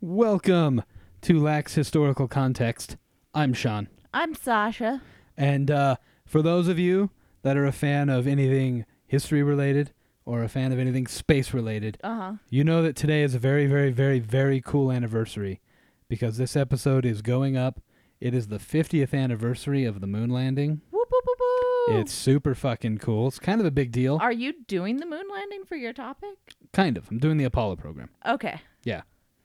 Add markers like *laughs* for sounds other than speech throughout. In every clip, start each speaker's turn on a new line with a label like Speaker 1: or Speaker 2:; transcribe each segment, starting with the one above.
Speaker 1: Welcome to Lax Historical Context. I'm Sean.
Speaker 2: I'm Sasha.
Speaker 1: And uh, for those of you that are a fan of anything history related or a fan of anything space related,
Speaker 2: Uh huh.
Speaker 1: you know that today is a very, very, very, very cool anniversary because this episode is going up. It is the 50th anniversary of the moon landing.
Speaker 2: Whoop whoop whoop whoop.
Speaker 1: It's super fucking cool. It's kind of a big deal.
Speaker 2: Are you doing the moon landing for your topic?
Speaker 1: Kind of. I'm doing the Apollo program.
Speaker 2: Okay.
Speaker 1: Yeah.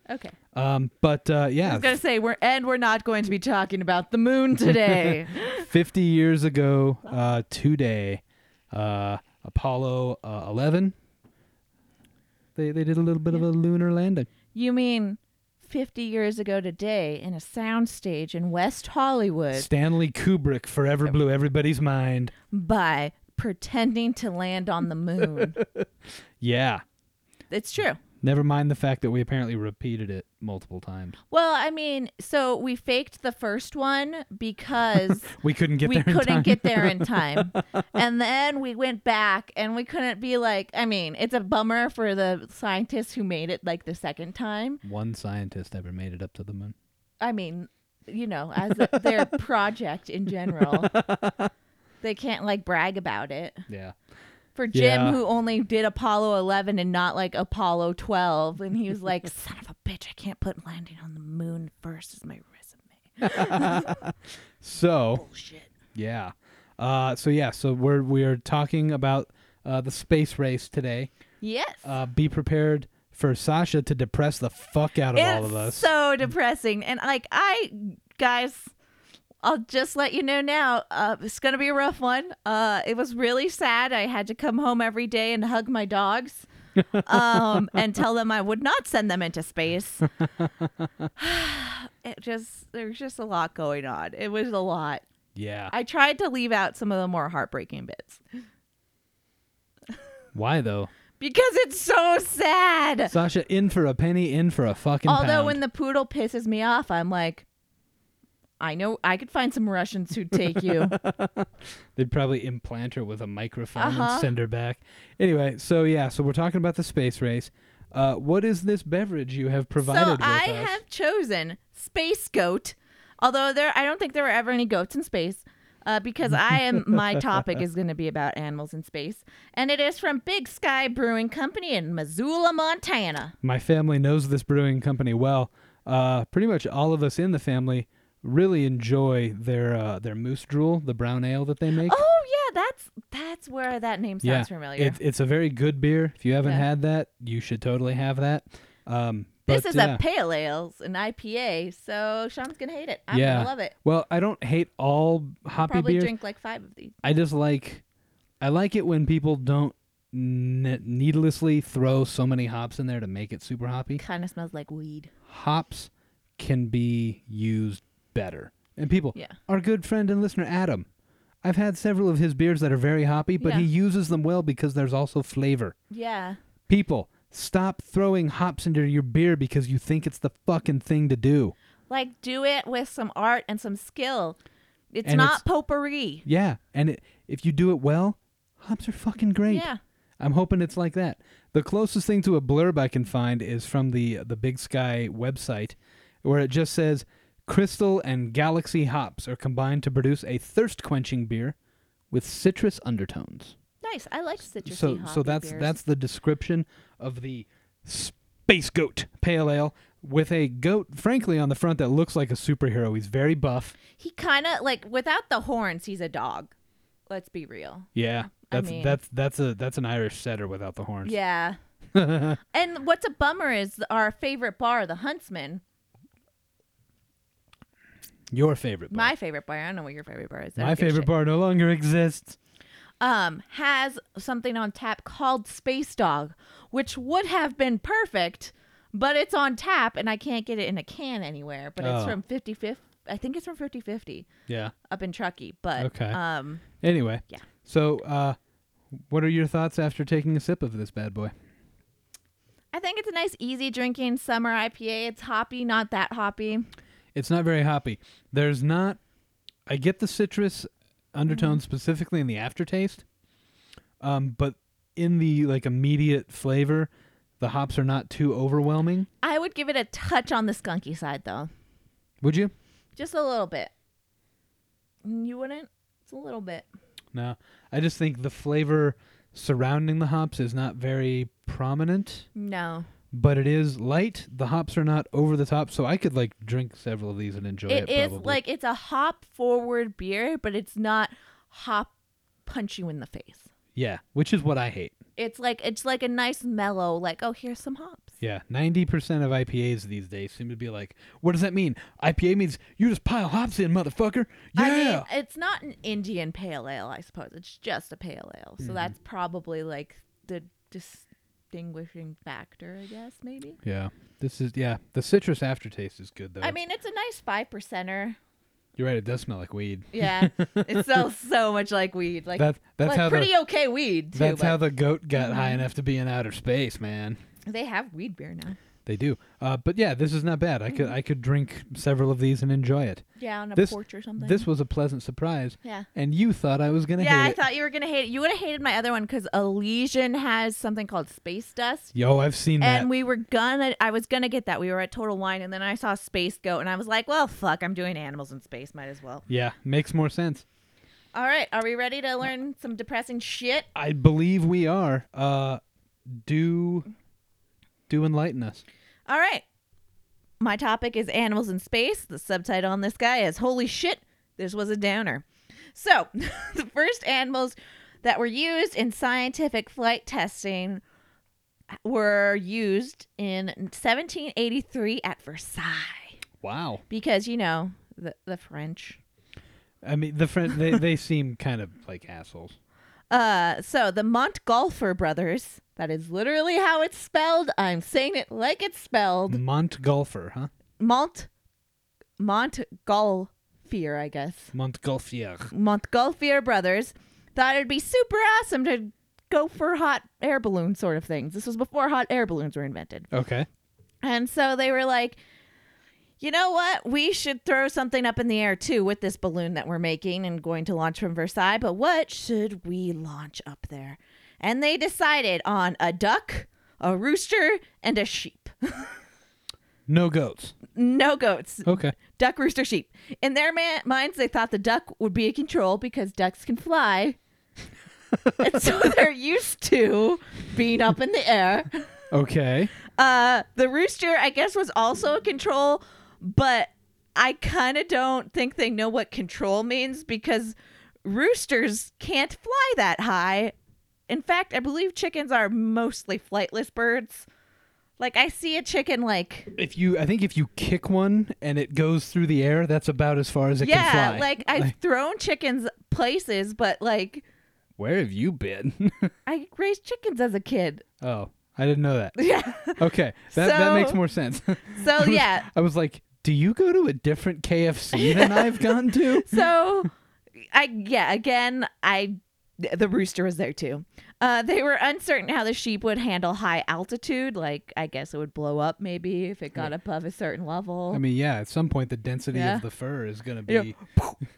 Speaker 2: Okay.
Speaker 1: Um, but uh,
Speaker 2: I
Speaker 1: yeah,
Speaker 2: was gonna say we're and we're not going to be talking about
Speaker 1: *laughs*
Speaker 2: the moon today.
Speaker 1: 50 years ago uh, today, uh, Apollo uh, 11. They, they did a little bit of a lunar landing.
Speaker 2: you mean fifty years ago today in a soundstage in West Hollywood
Speaker 1: Stanley Kubrick forever blew everybody's mind.
Speaker 2: by pretending to land on
Speaker 1: *laughs*
Speaker 2: the moon?
Speaker 1: Yeah.
Speaker 2: it's true.
Speaker 1: Never mind the fact that we apparently repeated it multiple times.
Speaker 2: Well, I mean, so we faked the first one
Speaker 1: *laughs*
Speaker 2: because
Speaker 1: We couldn't get
Speaker 2: we
Speaker 1: there in
Speaker 2: couldn't
Speaker 1: time.
Speaker 2: get there in
Speaker 1: *laughs*
Speaker 2: time. and then we went back and we couldn't be like, I mean, it's a bummer for the scientists who made it like the second time.
Speaker 1: One scientist ever made it up to the moon.
Speaker 2: I mean, you know, as
Speaker 1: *laughs*
Speaker 2: a, their project in general. They can't like brag about it.
Speaker 1: Yeah.
Speaker 2: For Jim,
Speaker 1: Yeah.
Speaker 2: who only did Apollo 11 and not like Apollo 12, and he was like, son of a bitch, I can't put landing on the moon first as my resume.
Speaker 1: So.
Speaker 2: Bullshit.
Speaker 1: Yeah. Uh, so yeah, so we're we are talking about uh, the space race today.
Speaker 2: Yes.
Speaker 1: Uh, be prepared for Sasha to depress the fuck out of all of us.
Speaker 2: It's so depressing. And like I guys I'll just let you know now. Uh, it's gonna be a rough one. Uh, it was really sad. I had to come home every day and hug my dogs,
Speaker 1: *laughs*
Speaker 2: um, and tell them I would not send them into space. *sighs* it just there's just a lot going on. It was a lot.
Speaker 1: yeah.
Speaker 2: I tried to leave out some of the more heartbreaking bits
Speaker 1: Why though?
Speaker 2: because it's so sad.
Speaker 1: Sasha in for a penny, in for a fucking
Speaker 2: Although
Speaker 1: pound.
Speaker 2: when the poodle pisses me off, I'm like, I know I could find some Russians who'd take you.
Speaker 1: They'd probably implant her with a microphone
Speaker 2: Uh-huh.
Speaker 1: and send her back. Anyway, so yeah, so we're talking about the space race. Uh, what is this beverage you have *laughs* provided
Speaker 2: so
Speaker 1: with
Speaker 2: I
Speaker 1: us?
Speaker 2: have chosen space goat. Although there, I don't think there were ever any goats in space, uh, because I
Speaker 1: *laughs*
Speaker 2: am my topic is going to be about animals in space, and it is from Big Sky Brewing Company in
Speaker 1: *laughs*
Speaker 2: Missoula, Montana.
Speaker 1: My family knows this brewing company well. Uh, pretty much all of us in the family really enjoy their uh, their moose drool, the brown ale that they make.
Speaker 2: Oh yeah, that's that's where that name sounds
Speaker 1: yeah,
Speaker 2: familiar.
Speaker 1: It, it's a very good beer. If you haven't
Speaker 2: Yeah.
Speaker 1: had that, you should totally have that. Um,
Speaker 2: this
Speaker 1: but,
Speaker 2: is
Speaker 1: yeah.
Speaker 2: a pale ale, an IPA, so Sean's gonna hate it. I'm
Speaker 1: yeah.
Speaker 2: gonna love it.
Speaker 1: Well, I don't hate all hoppy
Speaker 2: Probably
Speaker 1: beers.
Speaker 2: drink like five of these.
Speaker 1: I just like, I like it when people don't ne- needlessly throw so many hops in there to make it super hoppy.
Speaker 2: kind of smells like weed.
Speaker 1: Hops can be used better, and people.
Speaker 2: Yeah.
Speaker 1: Our good friend and listener Adam, I've had several of his beers that are very hoppy, but
Speaker 2: Yeah.
Speaker 1: he uses them well because there's also flavor.
Speaker 2: Yeah.
Speaker 1: People, stop throwing hops into your beer because you think it's the fucking thing to do.
Speaker 2: Like do it with some art and some skill. It's
Speaker 1: And
Speaker 2: not
Speaker 1: it's-
Speaker 2: potpourri.
Speaker 1: Yeah, and it, if you do it well, hops are fucking great.
Speaker 2: Yeah.
Speaker 1: I'm hoping it's like that. The closest thing to a blurb I can find is from the the Big Sky website, where it just says crystal and galaxy hops are combined to produce a thirst quenching beer with citrus undertones.
Speaker 2: Nice. I like citrusy
Speaker 1: so so
Speaker 2: hoppy
Speaker 1: that's
Speaker 2: beers.
Speaker 1: that's the description of the space goat pale ale with a goat frankly on the front that looks like a superhero he's very buff
Speaker 2: He kind of like without the horns, he's a dog. Let's be real.
Speaker 1: yeah
Speaker 2: I
Speaker 1: that's
Speaker 2: mean-
Speaker 1: that's that's a that's an irish setter without the horns *laughs*
Speaker 2: Yeah. and what's a bummer is our favorite bar, the Huntsman.
Speaker 1: your favorite bar.
Speaker 2: My favorite bar. I don't know what your favorite bar is. I
Speaker 1: my
Speaker 2: don't give a
Speaker 1: favorite
Speaker 2: shit.
Speaker 1: bar no longer exists
Speaker 2: um has something on tap called Space Dog, which would have been perfect, but it's on tap and I can't get it in a can anywhere. But it's
Speaker 1: Oh.
Speaker 2: from 55th. I think it's from 5050
Speaker 1: yeah
Speaker 2: up in Truckee. But
Speaker 1: Okay.
Speaker 2: um,
Speaker 1: anyway
Speaker 2: Yeah.
Speaker 1: so uh what are your thoughts after taking a sip of this bad boy
Speaker 2: I think it's a nice, easy drinking summer IPA. It's hoppy, not that hoppy.
Speaker 1: It's not very hoppy. There's not. I get the citrus undertone specifically in the aftertaste, um, but in the like immediate flavor, The hops are not too overwhelming.
Speaker 2: I would give it a touch on the skunky side though.
Speaker 1: Would you?
Speaker 2: Just a little bit. Mm, You wouldn't? It's a little bit.
Speaker 1: No. I just think the flavor surrounding the hops is not very prominent,
Speaker 2: No.
Speaker 1: but it is light. The hops are not over the top, so I could like drink several of these and enjoy it.
Speaker 2: it is
Speaker 1: probably.
Speaker 2: like it's a hop forward beer, but it's not hop punch you in the face.
Speaker 1: yeah, which is what I hate.
Speaker 2: It's like it's like a nice mellow, like, oh here's some hops.
Speaker 1: Yeah, ninety percent of IPAs these days seem to be like, what does that mean? IPA means you just pile hops in, motherfucker. Yeah.
Speaker 2: I mean, it's not an Indian pale ale, I suppose. It's just a pale ale.
Speaker 1: Mm-hmm.
Speaker 2: So that's probably like the distinguishing factor, I guess, maybe.
Speaker 1: yeah, this is yeah. The citrus aftertaste is good though.
Speaker 2: I mean, it's a nice five percenter.
Speaker 1: *laughs* you're right. It does smell like weed.
Speaker 2: Yeah. it smells so much like weed. Like,
Speaker 1: That that's
Speaker 2: like
Speaker 1: how
Speaker 2: pretty
Speaker 1: the
Speaker 2: okay weed, too. Mm-hmm.
Speaker 1: that's
Speaker 2: but
Speaker 1: how the goat got high enough to be in outer space, man.
Speaker 2: they have weed beer now.
Speaker 1: They do. Uh, but yeah, this is not bad. I
Speaker 2: Mm-hmm.
Speaker 1: could I could drink several of these and enjoy it.
Speaker 2: Yeah, on a
Speaker 1: This-
Speaker 2: porch or something.
Speaker 1: This was a pleasant surprise.
Speaker 2: Yeah.
Speaker 1: And you thought I was gonna
Speaker 2: Yeah,
Speaker 1: hate
Speaker 2: I
Speaker 1: it.
Speaker 2: thought you were going to hate it. You would have hated my other one because Elysian has something called space dust.
Speaker 1: Yo, I've seen that.
Speaker 2: And we were gonna, I was gonna get that. We were at Total Wine, and then I saw Space Goat, and I was like, well, fuck, I'm doing animals in space. Might as well.
Speaker 1: yeah, makes more sense.
Speaker 2: All right, are we ready to learn some depressing shit?
Speaker 1: I believe we are. Uh, do do enlighten us.
Speaker 2: All right. My topic is animals in space. The subtitle on this guy is Holy shit, this was a downer. So, *laughs* the first animals that were used in scientific flight testing were used in 1783 at Versailles
Speaker 1: Wow.
Speaker 2: because, you know, the, the French.
Speaker 1: I mean, the friend they they seem kind of like assholes.
Speaker 2: Uh, so the Montgolfer brothers, that is literally how it's spelled. I'm saying it like it's spelled.
Speaker 1: Montgolfer, huh?
Speaker 2: Mont Montgolfier, I guess.
Speaker 1: Montgolfier.
Speaker 2: Montgolfier brothers thought it'd be super awesome to go for hot air balloon sort of things. This was before hot air balloons were invented.
Speaker 1: Okay.
Speaker 2: And so they were like, you know what? We should throw something up in the air too with this balloon that we're making and going to launch from Versailles. But what should we launch up there? And they decided on a duck, a rooster, and a sheep. *laughs*
Speaker 1: No goats.
Speaker 2: No goats.
Speaker 1: Okay.
Speaker 2: Duck, rooster, sheep. In their ma- minds, they thought the duck would be a control because ducks can fly. and so they're used to being up in the air.
Speaker 1: Okay.
Speaker 2: Uh, the rooster, I guess, was also a control, but I kind of don't think they know what control means because roosters can't fly that high. In fact, I believe chickens are mostly flightless birds. Like I see a chicken, like
Speaker 1: If you, I think if you kick one and it goes through the air, that's about as far as it can
Speaker 2: yeah,
Speaker 1: fly.
Speaker 2: like I've thrown chickens places, but like
Speaker 1: Where have you been? *laughs*
Speaker 2: I raised chickens as a kid. *laughs*
Speaker 1: oh, I didn't know that.
Speaker 2: Yeah.
Speaker 1: Okay, that that makes
Speaker 2: So-
Speaker 1: more sense. *laughs*
Speaker 2: So yeah.
Speaker 1: I was like, do you go to a different KFC than I've gone to?
Speaker 2: so i yeah again i the rooster was there too uh, they were uncertain how the sheep would handle high altitude like i guess it would blow up maybe if it got above a certain level
Speaker 1: I mean, yeah, at some point the density
Speaker 2: Yeah.
Speaker 1: of the fur is going to
Speaker 2: Yeah.
Speaker 1: be,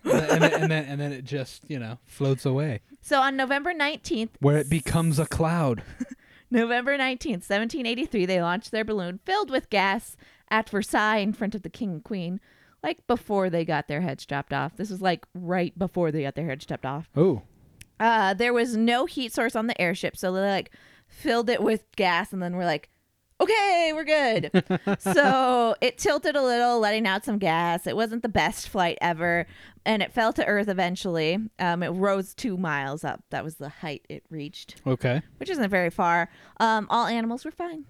Speaker 1: and, then, and then and then it just you know floats away
Speaker 2: so on november 19th
Speaker 1: where it becomes a cloud.
Speaker 2: november 19th 1783 they launched their balloon filled with gas at versailles in front of the king and queen like before they got their heads chopped off this was like right before they got their heads chopped off
Speaker 1: Oh,
Speaker 2: uh, there was no heat source on the airship, so they like filled it with gas, and then we're like, okay, we're good. so it tilted a little, letting out some gas. It wasn't the best flight ever, and it fell to Earth eventually. Um, it rose two miles up. That was the height it reached,
Speaker 1: okay.
Speaker 2: which isn't very far. Um, all animals were fine.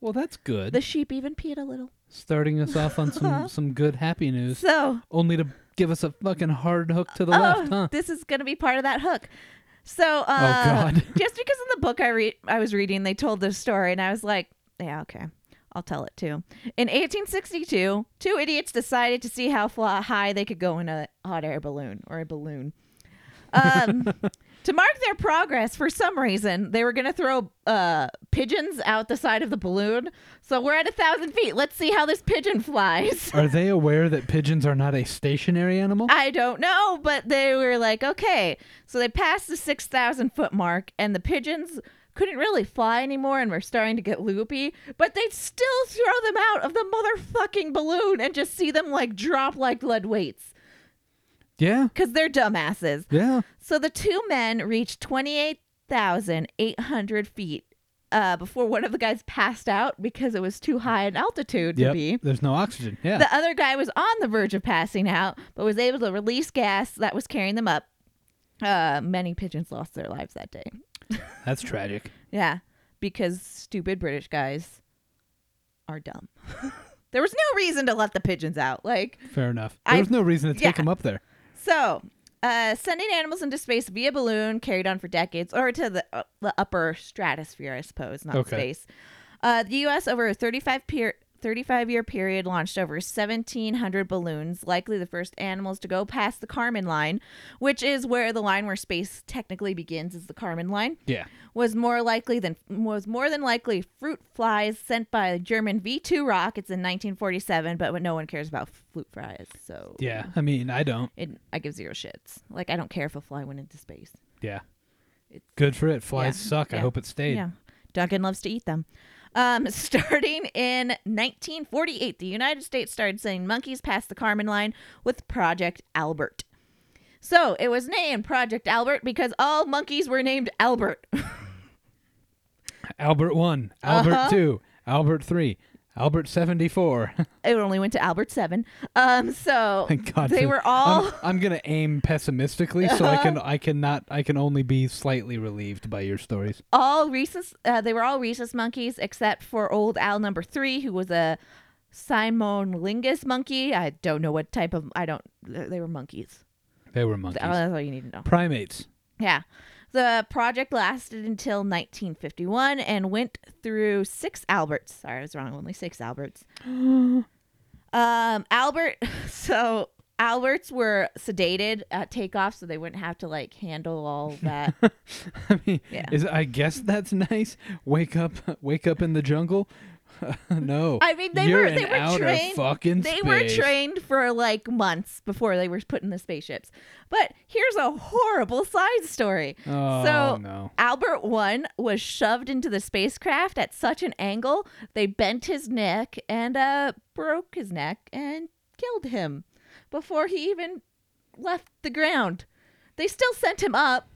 Speaker 1: Well, that's good.
Speaker 2: The Uh-huh. sheep even peed a little.
Speaker 1: Starting us off on some some good happy news,
Speaker 2: So
Speaker 1: only to give us a fucking hard hook to the
Speaker 2: Oh,
Speaker 1: left, huh? Oh,
Speaker 2: This is going to be part of that hook. So, uh,
Speaker 1: God.
Speaker 2: *laughs* just because in the book I read, I was reading, they told this story, and I was like, yeah, okay, I'll tell it too. In 1862, two idiots decided to see how fly- high they could go in a hot air balloon or a balloon.
Speaker 1: *laughs*
Speaker 2: Um, to mark their progress, for some reason, they were going to throw uh, pigeons out the side of the balloon. So we're at a thousand feet. Let's see how this pigeon flies.
Speaker 1: Are they aware that pigeons are not a stationary animal?
Speaker 2: I don't know, but they were like, okay. So they passed the 6,000 foot mark, and the pigeons couldn't really fly anymore and were starting to get loopy, but they'd still throw them out of the motherfucking balloon and just see them like drop like lead weights
Speaker 1: Yeah.
Speaker 2: because they're dumbasses.
Speaker 1: Yeah.
Speaker 2: So the two men reached 28,800 feet uh, before one of the guys passed out because it was too high an altitude to
Speaker 1: Yep.
Speaker 2: be.
Speaker 1: There's no oxygen. Yeah.
Speaker 2: The other guy was on the verge of passing out, but was able to release gas that was carrying them up. Uh, many pigeons lost their lives that day.
Speaker 1: That's tragic.
Speaker 2: Yeah, because stupid British guys are dumb. *laughs* there was no reason to let the pigeons out. Like,
Speaker 1: Fair enough.
Speaker 2: I-
Speaker 1: There was no reason to take
Speaker 2: yeah.
Speaker 1: him up there.
Speaker 2: So, uh, sending animals into space via balloon carried on for decades, or to the, uh, the upper stratosphere, I suppose, not
Speaker 1: Okay.
Speaker 2: space. Uh, the U.S. over a 35 per 35 year period launched over 1,700 balloons, likely the first animals to go past the Kármán line, which is where the line where space technically begins is the Kármán line
Speaker 1: Yeah.
Speaker 2: was more likely than was more than likely fruit flies sent by the German V2 rockets in 1947, but no one cares about fruit flies. So
Speaker 1: Yeah. I mean, I don't.
Speaker 2: it, I give zero shits. Like I don't care if a fly went into space.
Speaker 1: Yeah.
Speaker 2: It's-
Speaker 1: Good for it. Flies
Speaker 2: Yeah.
Speaker 1: suck. I
Speaker 2: Yeah.
Speaker 1: hope it stayed.
Speaker 2: Yeah, Duncan loves to eat them. Um, *laughs* starting in 1948, the United States started sending monkeys past the Kármán line with Project Albert. So it was named Project Albert because all monkeys were named Albert. *laughs*
Speaker 1: Albert 1, Albert
Speaker 2: Uh-huh.
Speaker 1: 2, Albert 3, Albert 74.
Speaker 2: it only went to Albert Seven. Um, so
Speaker 1: *laughs* Thank God.
Speaker 2: they
Speaker 1: for-
Speaker 2: were all.
Speaker 1: I'm, I'm going to aim pessimistically so I can I cannot I can only be slightly relieved by your stories.
Speaker 2: all rhesus uh, they were all rhesus monkeys except for old owl number three who was a simolingus monkey i don't know what type of i don't th- they were monkeys
Speaker 1: They were monkeys.
Speaker 2: Th- Oh, that's all you need to know
Speaker 1: Primates. *laughs*
Speaker 2: yeah the project lasted until 1951 and went through six alberts sorry i was wrong only six alberts um albert *laughs* so alberts were sedated at takeoff so they wouldn't have to like handle all that
Speaker 1: I mean,
Speaker 2: Yeah.
Speaker 1: is I guess that's nice. Wake up, wake up in the jungle. *laughs* no,
Speaker 2: I mean, they
Speaker 1: You're
Speaker 2: were they
Speaker 1: in
Speaker 2: were
Speaker 1: outer
Speaker 2: trained.
Speaker 1: fucking
Speaker 2: they were
Speaker 1: space.
Speaker 2: trained for like months before they were put in the spaceships. But here's a horrible side story.
Speaker 1: Oh
Speaker 2: so
Speaker 1: no!
Speaker 2: Albert One was shoved into the spacecraft at such an angle they bent his neck and uh broke his neck and killed him before he even left the ground. They still sent him up,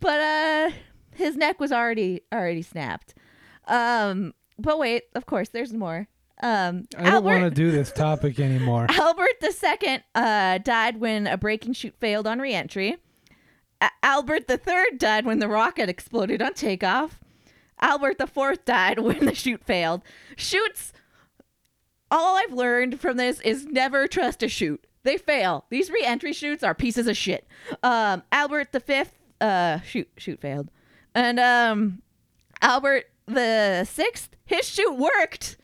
Speaker 2: but uh his neck was already already snapped. Um but wait, of course there's more. Um
Speaker 1: I don't want
Speaker 2: Albert
Speaker 1: to do this topic
Speaker 2: *laughs*
Speaker 1: anymore.
Speaker 2: Albert II uh, died when a braking chute failed on reentry. A- Albert III died when the rocket exploded on takeoff. Albert IV died *laughs* when the chute failed. Chutes, all I've learned from this is never trust a chute. They fail. These reentry chutes are pieces of shit. Um, Albert V, uh, shoot, shoot failed. And um, Albert the Sixth, his chute worked.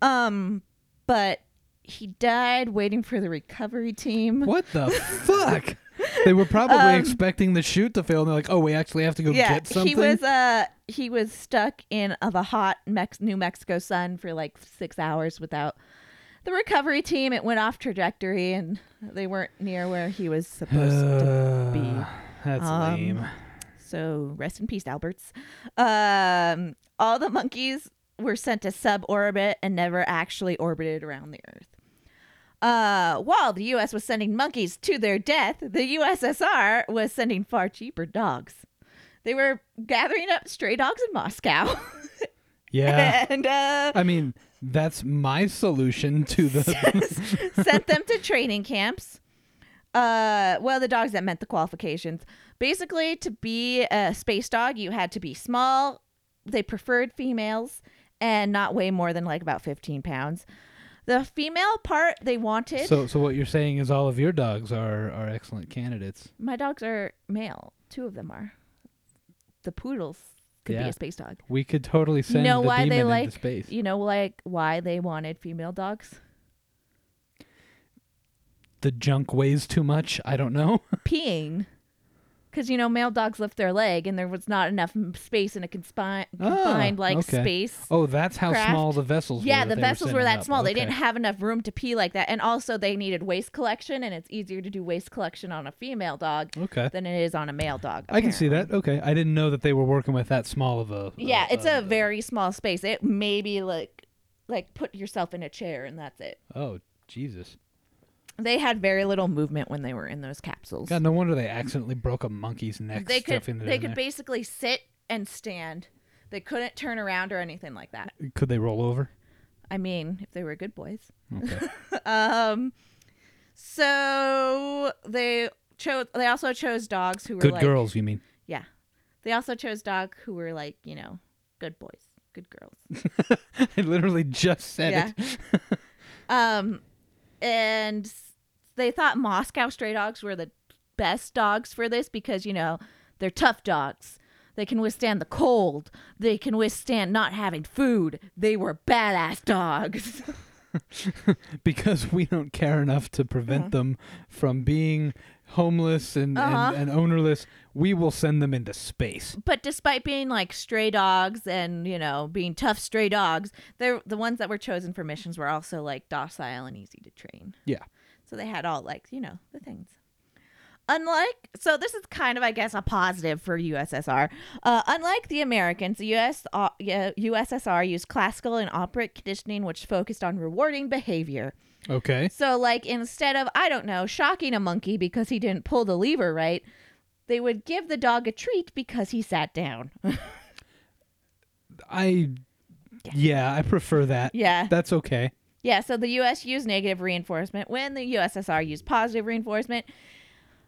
Speaker 2: Um, but he died waiting for the recovery team.
Speaker 1: what the fuck? They were probably expecting the shoot to fail, and they're like, "Oh, we actually have to go
Speaker 2: Um, yeah,
Speaker 1: get something."
Speaker 2: he was uh he was stuck in uh, the hot Mex- New Mexico sun for like six hours without the recovery team. It went off trajectory, and they weren't near where he was supposed to.
Speaker 1: Uh, *sighs*
Speaker 2: be. *laughs*
Speaker 1: That's
Speaker 2: Um, *laughs*
Speaker 1: lame.
Speaker 2: So rest in peace, Alberts. Um, all the monkeys were sent to suborbit and never actually orbited around the Earth. Uh, while the U.S. was sending monkeys to their death, the USSR was sending far cheaper dogs. They were gathering up stray dogs in Moscow, *laughs*
Speaker 1: Yeah,
Speaker 2: and uh,
Speaker 1: I mean, that's my solution to
Speaker 2: *laughs*
Speaker 1: the.
Speaker 2: sent them to training camps. Uh, well, the dogs that met the qualifications. Basically, to be a space dog, you had to be small. They preferred females and not weigh more than like about 15 pounds. The female part they wanted.
Speaker 1: so, so what you're saying is all of your dogs are are excellent candidates.
Speaker 2: My dogs are male. Two of them are. The poodles could be
Speaker 1: Yeah.
Speaker 2: a space dog.
Speaker 1: We could totally send
Speaker 2: know
Speaker 1: the
Speaker 2: why
Speaker 1: demon
Speaker 2: they
Speaker 1: into
Speaker 2: like-
Speaker 1: space.
Speaker 2: You know, like why they wanted female dogs?
Speaker 1: the junk weighs too much. I don't know. *laughs*
Speaker 2: Peeing because you know male dogs lift their leg, and there was not enough m- space in a conspi- confined like
Speaker 1: Ah, okay.
Speaker 2: space.
Speaker 1: Oh, that's how
Speaker 2: craft.
Speaker 1: small the vessels
Speaker 2: yeah,
Speaker 1: were. that
Speaker 2: the
Speaker 1: they
Speaker 2: vessels were
Speaker 1: setting
Speaker 2: that
Speaker 1: up.
Speaker 2: small. They
Speaker 1: Okay.
Speaker 2: didn't have enough room to pee like that, and also they needed waste collection, and it's easier to do waste collection on a female dog
Speaker 1: Okay.
Speaker 2: than it is on a male dog.
Speaker 1: I can see that.
Speaker 2: apparently.
Speaker 1: Okay. I didn't know that they were working with that small of a.
Speaker 2: Yeah, it's a
Speaker 1: of
Speaker 2: very small space. It maybe like like put yourself in a chair and that's it.
Speaker 1: Oh, Jesus.
Speaker 2: They had very little movement when they were in those capsules.
Speaker 1: God, no wonder they accidentally broke a monkey's neck
Speaker 2: they could
Speaker 1: stuffing it
Speaker 2: they
Speaker 1: in
Speaker 2: could
Speaker 1: there.
Speaker 2: basically sit and stand. They couldn't turn around or anything like that.
Speaker 1: Could they roll over?
Speaker 2: I mean, if they were good boys.
Speaker 1: *laughs* Okay.
Speaker 2: Um so they chose they also chose dogs who were
Speaker 1: Good
Speaker 2: like
Speaker 1: girls, you mean? *laughs*
Speaker 2: Yeah. They also chose dogs who were like, you know, good boys, good girls.
Speaker 1: I literally just said
Speaker 2: Yeah.
Speaker 1: it.
Speaker 2: Um, and s- they thought Moscow stray dogs were the best dogs for this because you know they're tough dogs. They can withstand the cold. They can withstand not having food. They were badass dogs.
Speaker 1: *laughs*
Speaker 2: *laughs*
Speaker 1: because we don't care enough to prevent them from being homeless and,
Speaker 2: Uh-huh.
Speaker 1: and, and ownerless, we will send them into space.
Speaker 2: but despite being like stray dogs and you know being tough stray dogs, they're the ones that were chosen for missions were also like docile and easy to train.
Speaker 1: Yeah.
Speaker 2: So they had all like, you know, the things. Unlike, so this is kind of, I guess, a positive for USSR. Uh, unlike the Americans, the US, uh, yeah, USSR used classical and operic conditioning, which focused on rewarding behavior.
Speaker 1: Okay.
Speaker 2: So, like, instead of, I don't know, shocking a monkey because he didn't pull the lever right, they would give the dog a treat because he sat down. *laughs*
Speaker 1: I, yeah, I prefer that.
Speaker 2: yeah.
Speaker 1: That's okay.
Speaker 2: *laughs* Yeah, so the US used negative reinforcement when the USSR used positive reinforcement.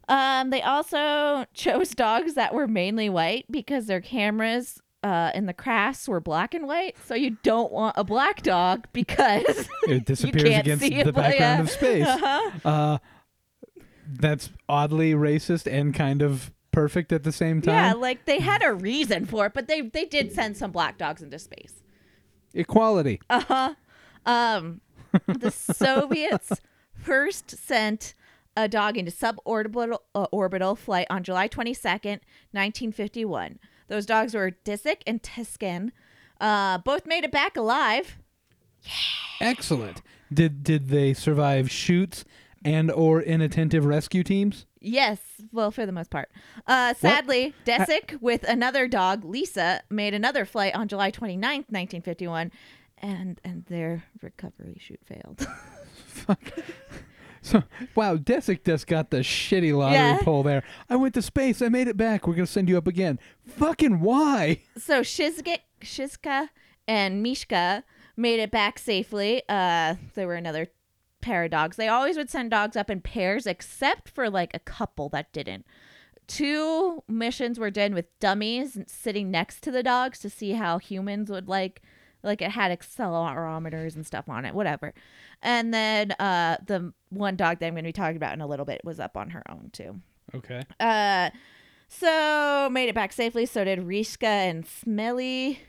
Speaker 2: Um, they also *laughs* chose dogs that were mainly white because their cameras uh, in the crafts were black and white. So you don't want a black dog *laughs* because
Speaker 1: It disappears
Speaker 2: can't
Speaker 1: against
Speaker 2: see it,
Speaker 1: the
Speaker 2: but
Speaker 1: background
Speaker 2: yeah. Uh-huh.
Speaker 1: of
Speaker 2: *laughs*
Speaker 1: space. Uh, that's oddly racist and kind of perfect at the same
Speaker 2: yeah,
Speaker 1: time.
Speaker 2: like they had a reason for it, but they they did send some black dogs into space.
Speaker 1: Equality.
Speaker 2: Uh. Um, the Soviets first sent a dog into suborbital uh, orbital flight on July 22nd, 1951. Those dogs were Disick and Tiskin. Uh, both made it back alive.
Speaker 1: Excellent. Did did they survive shoots and or inattentive rescue teams?
Speaker 2: Yes, well, for the most part. Uh, sadly, Desick with another dog, Lisa, made another flight on July 29th, 1951, and and their recovery shoot failed.
Speaker 1: So wow, Desic just got the shitty lottery
Speaker 2: Yeah.
Speaker 1: pull there. I went to space. I made it back. We're gonna send you up again. Fucking why?
Speaker 2: so Shizka, Shizka and Mishka made it back safely. Uh, there were another pair of dogs. They always would send dogs up in pairs, except for like a couple that didn't. Two missions were done with dummies sitting next to the dogs to see how humans would like, like it had accelerometers and stuff on it, whatever. And then uh, the one dog that I'm going to be talking about in a little bit was up on her own too.
Speaker 1: Okay.
Speaker 2: Uh, so made it back safely. So did Rishka and Smelly.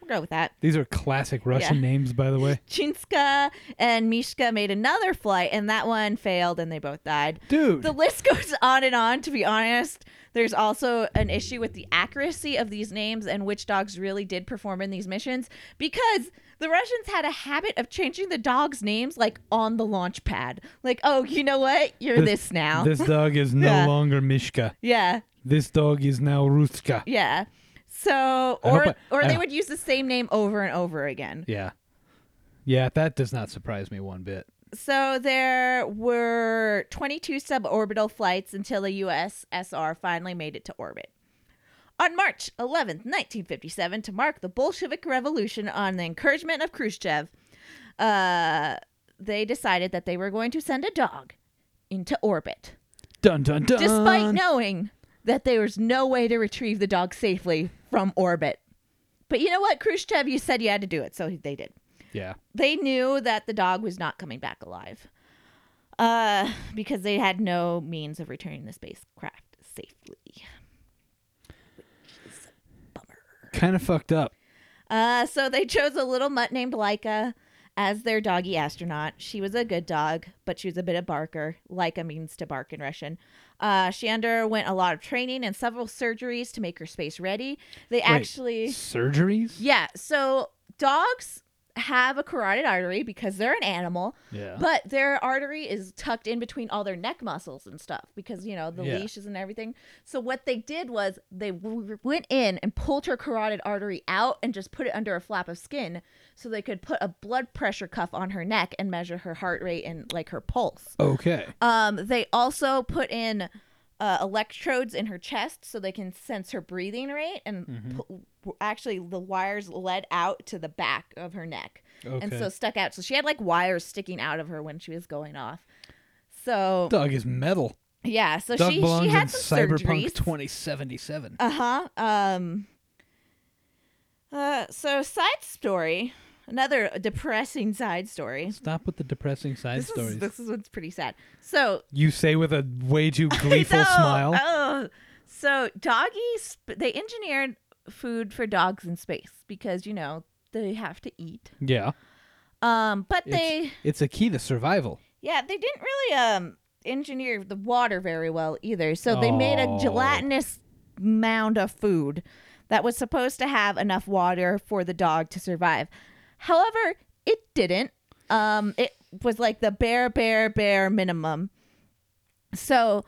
Speaker 2: We'll go with that.
Speaker 1: These are classic Russian
Speaker 2: Yeah.
Speaker 1: names, by the way.
Speaker 2: Chinska and Mishka made another flight, and that one failed, and they both died.
Speaker 1: Dude.
Speaker 2: The list goes on and on. To be honest, there's also an issue with the accuracy of these names and which dogs really did perform in these missions because the Russians had a habit of changing the dogs' names like on the launch pad. Like, oh, you know what? You're
Speaker 1: This-
Speaker 2: this, now.
Speaker 1: this dog is no
Speaker 2: Yeah.
Speaker 1: longer Mishka.
Speaker 2: yeah.
Speaker 1: This dog is now Rutska.
Speaker 2: Yeah. So
Speaker 1: I hope
Speaker 2: or
Speaker 1: I-
Speaker 2: or
Speaker 1: I-
Speaker 2: they would use the same name over and over again.
Speaker 1: Yeah. Yeah, that does not surprise me one bit.
Speaker 2: So there were 22 suborbital flights until the USSR finally made it to orbit. On March 11th, 1957, to mark the Bolshevik Revolution on the encouragement of Khrushchev, uh, they decided that they were going to send a dog into orbit.
Speaker 1: Dun dun dun.
Speaker 2: despite knowing that there was no way to retrieve the dog safely from orbit. But you know what, Khrushchev, you said you had to do it, so they did.
Speaker 1: Yeah.
Speaker 2: They knew that the dog was not coming back alive uh, because they had no means of returning the spacecraft safely.
Speaker 1: Kind of fucked up.
Speaker 2: Uh, so they chose a little mutt named Laika as their doggy astronaut. She was a good dog, but she was a bit of barker, like a means to bark in Russian. Uh, she underwent a lot of training and several surgeries to make her space ready. They actually,
Speaker 1: Surgeries?
Speaker 2: yeah. So dogs have a carotid artery because they're an animal,
Speaker 1: Yeah.
Speaker 2: but their artery is tucked in between all their neck muscles and stuff because, you know, the
Speaker 1: Yeah.
Speaker 2: leashes and everything. So, what they did was they w- went in and pulled her carotid artery out and just put it under a flap of skin so they could put a blood pressure cuff on her neck and measure her heart rate and like her pulse.
Speaker 1: okay.
Speaker 2: Um, they also put in uh, electrodes in her chest so they can sense her breathing rate and
Speaker 1: Mhm.
Speaker 2: pu- w- actually the wires led out to the back of her neck
Speaker 1: Okay.
Speaker 2: and so stuck out. So she had like wires sticking out of her when she was going off. So
Speaker 1: Dog is metal.
Speaker 2: yeah, so
Speaker 1: Dog
Speaker 2: she she
Speaker 1: belongs in
Speaker 2: had some
Speaker 1: Cyberpunk
Speaker 2: surgeries.
Speaker 1: 2077.
Speaker 2: uh huh. Um. Uh. So side story, another depressing side story.
Speaker 1: Stop with the depressing side
Speaker 2: This
Speaker 1: stories.
Speaker 2: is this is what's pretty sad. So
Speaker 1: you say with a way
Speaker 2: *laughs*
Speaker 1: too gleeful
Speaker 2: No.
Speaker 1: smile.
Speaker 2: Oh. So doggies, they engineered food for dogs in space because you know they have to eat.
Speaker 1: yeah.
Speaker 2: Um, but
Speaker 1: It's-
Speaker 2: they
Speaker 1: It's a key to survival.
Speaker 2: Yeah, they didn't really um engineer the water very well either. So they made
Speaker 1: Oh.
Speaker 2: a gelatinous mound of food that was supposed to have enough water for the dog to survive. However, it didn't. Um it was like the bare bare bare minimum. So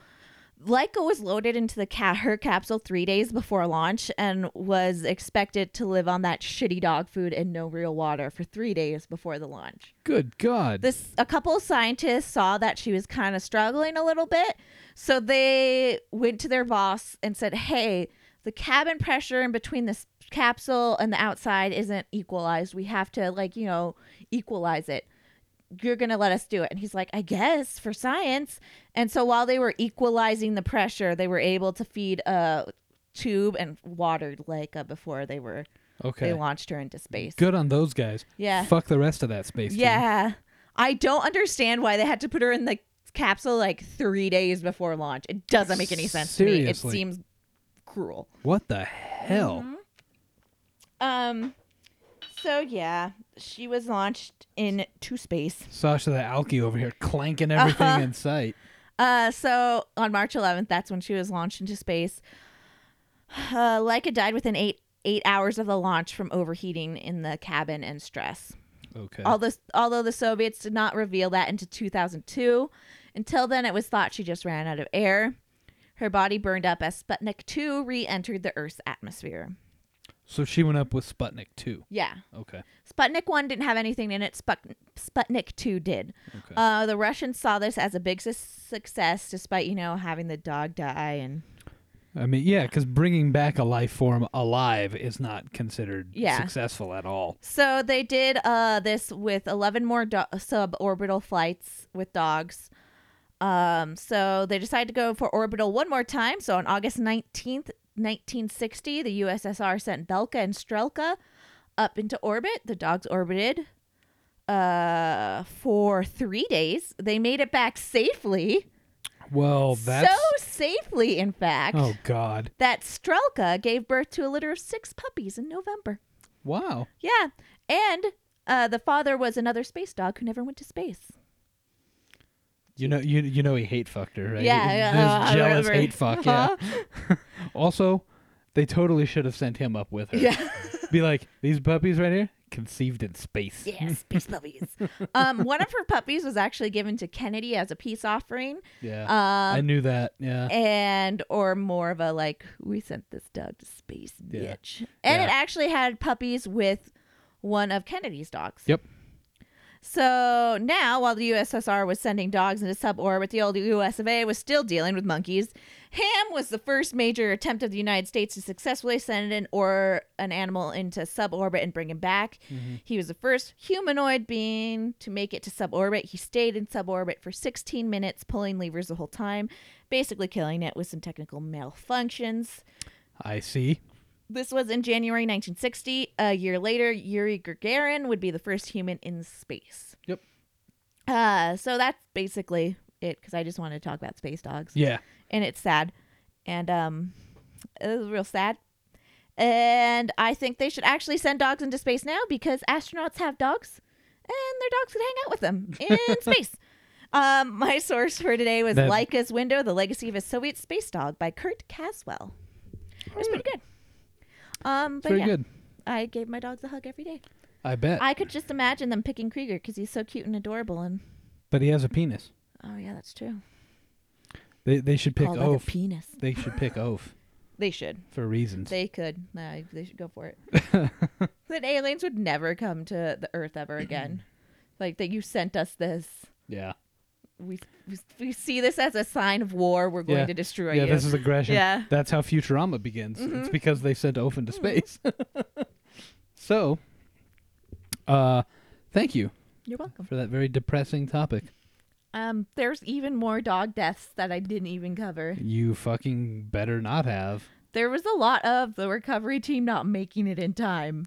Speaker 2: Leica was loaded into the ca- her capsule 3 days before launch and was expected to live on that shitty dog food and no real water for 3 days before the launch
Speaker 1: Good God.
Speaker 2: this a couple of scientists saw that she was kind of struggling a little bit so they went to their boss and said hey the cabin pressure in between this capsule and the outside isn't equalized we have to like you know equalize it you're gonna let us do it and he's like i guess for science and so while they were equalizing the pressure they were able to feed a tube and watered Leica before they were
Speaker 1: okay.
Speaker 2: they launched her into space
Speaker 1: Good on those guys.
Speaker 2: Yeah.
Speaker 1: Fuck the rest of that space. team.
Speaker 2: yeah. I don't understand why they had to put her in the capsule like three days before launch. It doesn't make any sense to
Speaker 1: Seriously.
Speaker 2: me. It seems cruel.
Speaker 1: What the hell?
Speaker 2: Mm-hmm. Um so yeah, she was launched into space.
Speaker 1: Sasha the Alki over here clanking everything
Speaker 2: Uh-huh.
Speaker 1: in sight.
Speaker 2: Uh so on March eleventh, that's when she was launched into space. Uh, Leica died within eight eight hours of the launch from overheating in the cabin and stress.
Speaker 1: Okay.
Speaker 2: Although, although the Soviets did not reveal that into 2002, until then it was thought she just ran out of air. Her body burned up as Sputnik 2 re entered the Earth's atmosphere.
Speaker 1: so she went up with Sputnik too.
Speaker 2: Yeah.
Speaker 1: Okay.
Speaker 2: Sputnik 1 didn't have anything in it, Sput- Sputnik 2 did.
Speaker 1: Okay.
Speaker 2: Uh, the Russians saw this as a big su- success, despite, you know, having the dog die and.
Speaker 1: I mean, yeah, because bringing back a life form alive is not considered
Speaker 2: Yeah.
Speaker 1: successful at all.
Speaker 2: So they did uh this with 11 more do- suborbital flights with dogs. Um so they decided to go for orbital one more time. So on August 19th, 1960, the USSR sent Belka and Strelka up into orbit. The dogs orbited uh for 3 days. They made it back safely.
Speaker 1: Well, that's
Speaker 2: So safely in fact.
Speaker 1: oh god,
Speaker 2: That Strelka gave birth to a litter of 6 puppies in November.
Speaker 1: wow,
Speaker 2: Yeah. And uh, the father was another space dog who never went to space.
Speaker 1: you know, you you know, he hate fucked her, right?
Speaker 2: Yeah,
Speaker 1: He-
Speaker 2: yeah,
Speaker 1: this
Speaker 2: uh, Uh-huh.
Speaker 1: jealous
Speaker 2: whatever.
Speaker 1: hate fuck. Yeah. *laughs* also, they totally should have sent him up with her. *laughs* Be like these puppies right here, conceived in space.
Speaker 2: *laughs* Yeah, space puppies. um, one of her puppies was actually given to Kennedy as a peace offering,
Speaker 1: *laughs* Yeah. I
Speaker 2: um,
Speaker 1: knew that. Yeah.
Speaker 2: and or more of a like, we sent this dog to space,
Speaker 1: Yeah.
Speaker 2: bitch. And it
Speaker 1: Yeah.
Speaker 2: actually had puppies with one of Kennedy's dogs.
Speaker 1: Yep.
Speaker 2: So now, while the USSR was sending dogs into suborbit, the old US of A was still dealing with monkeys. Ham was the first major attempt of the United States to successfully send an or an animal into suborbit and bring him back.
Speaker 1: Mm-hmm.
Speaker 2: He was the first humanoid being to make it to suborbit. He stayed in suborbit for 16 minutes, pulling levers the whole time, basically killing it with some technical malfunctions.
Speaker 1: I see.
Speaker 2: This was in January 1960. A year later, Yuri Gagarin would be the first human in space.
Speaker 1: Yep.
Speaker 2: Uh, so that's basically it because I just wanted to talk about space dogs.
Speaker 1: Yeah.
Speaker 2: And it's sad. And um, it was real sad. And I think they should actually send dogs into space now because astronauts have dogs their dogs could hang out with them
Speaker 1: *laughs*
Speaker 2: in space. Um, my source for today was
Speaker 1: That-
Speaker 2: Laika's Window, The Legacy of a Soviet Space Dog by Kurt Caswell. It was pretty good. Um, but
Speaker 1: Very
Speaker 2: yeah,
Speaker 1: good. Uh,
Speaker 2: I gave my dogs a hug every day.
Speaker 1: I bet.
Speaker 2: I could just imagine them picking Krieger because he's so cute and adorable. And
Speaker 1: but he has a penis.
Speaker 2: oh yeah, that's true.
Speaker 1: They they should pick
Speaker 2: Called like a
Speaker 1: Oaf.
Speaker 2: penis.
Speaker 1: they should pick Oaf
Speaker 2: They should.
Speaker 1: for reasons.
Speaker 2: They could. No, they should go for it.
Speaker 1: *laughs*
Speaker 2: that aliens would never come to the Earth
Speaker 1: *clears throat*
Speaker 2: ever again. like that you sent us this.
Speaker 1: yeah.
Speaker 2: We, we we see this as a sign of war. We're going
Speaker 1: Yeah.
Speaker 2: to destroy
Speaker 1: Yeah,
Speaker 2: you.
Speaker 1: this is aggression.
Speaker 2: Yeah. Mm-hmm.
Speaker 1: That's how Futurama begins. It's because they sent Oaf into space. *laughs* so, uh, thank you
Speaker 2: You're welcome.
Speaker 1: for that very depressing topic.
Speaker 2: Um, there's even more dog deaths that I didn't even cover.
Speaker 1: You fucking better not have.
Speaker 2: There was a lot of the recovery team not making it in time.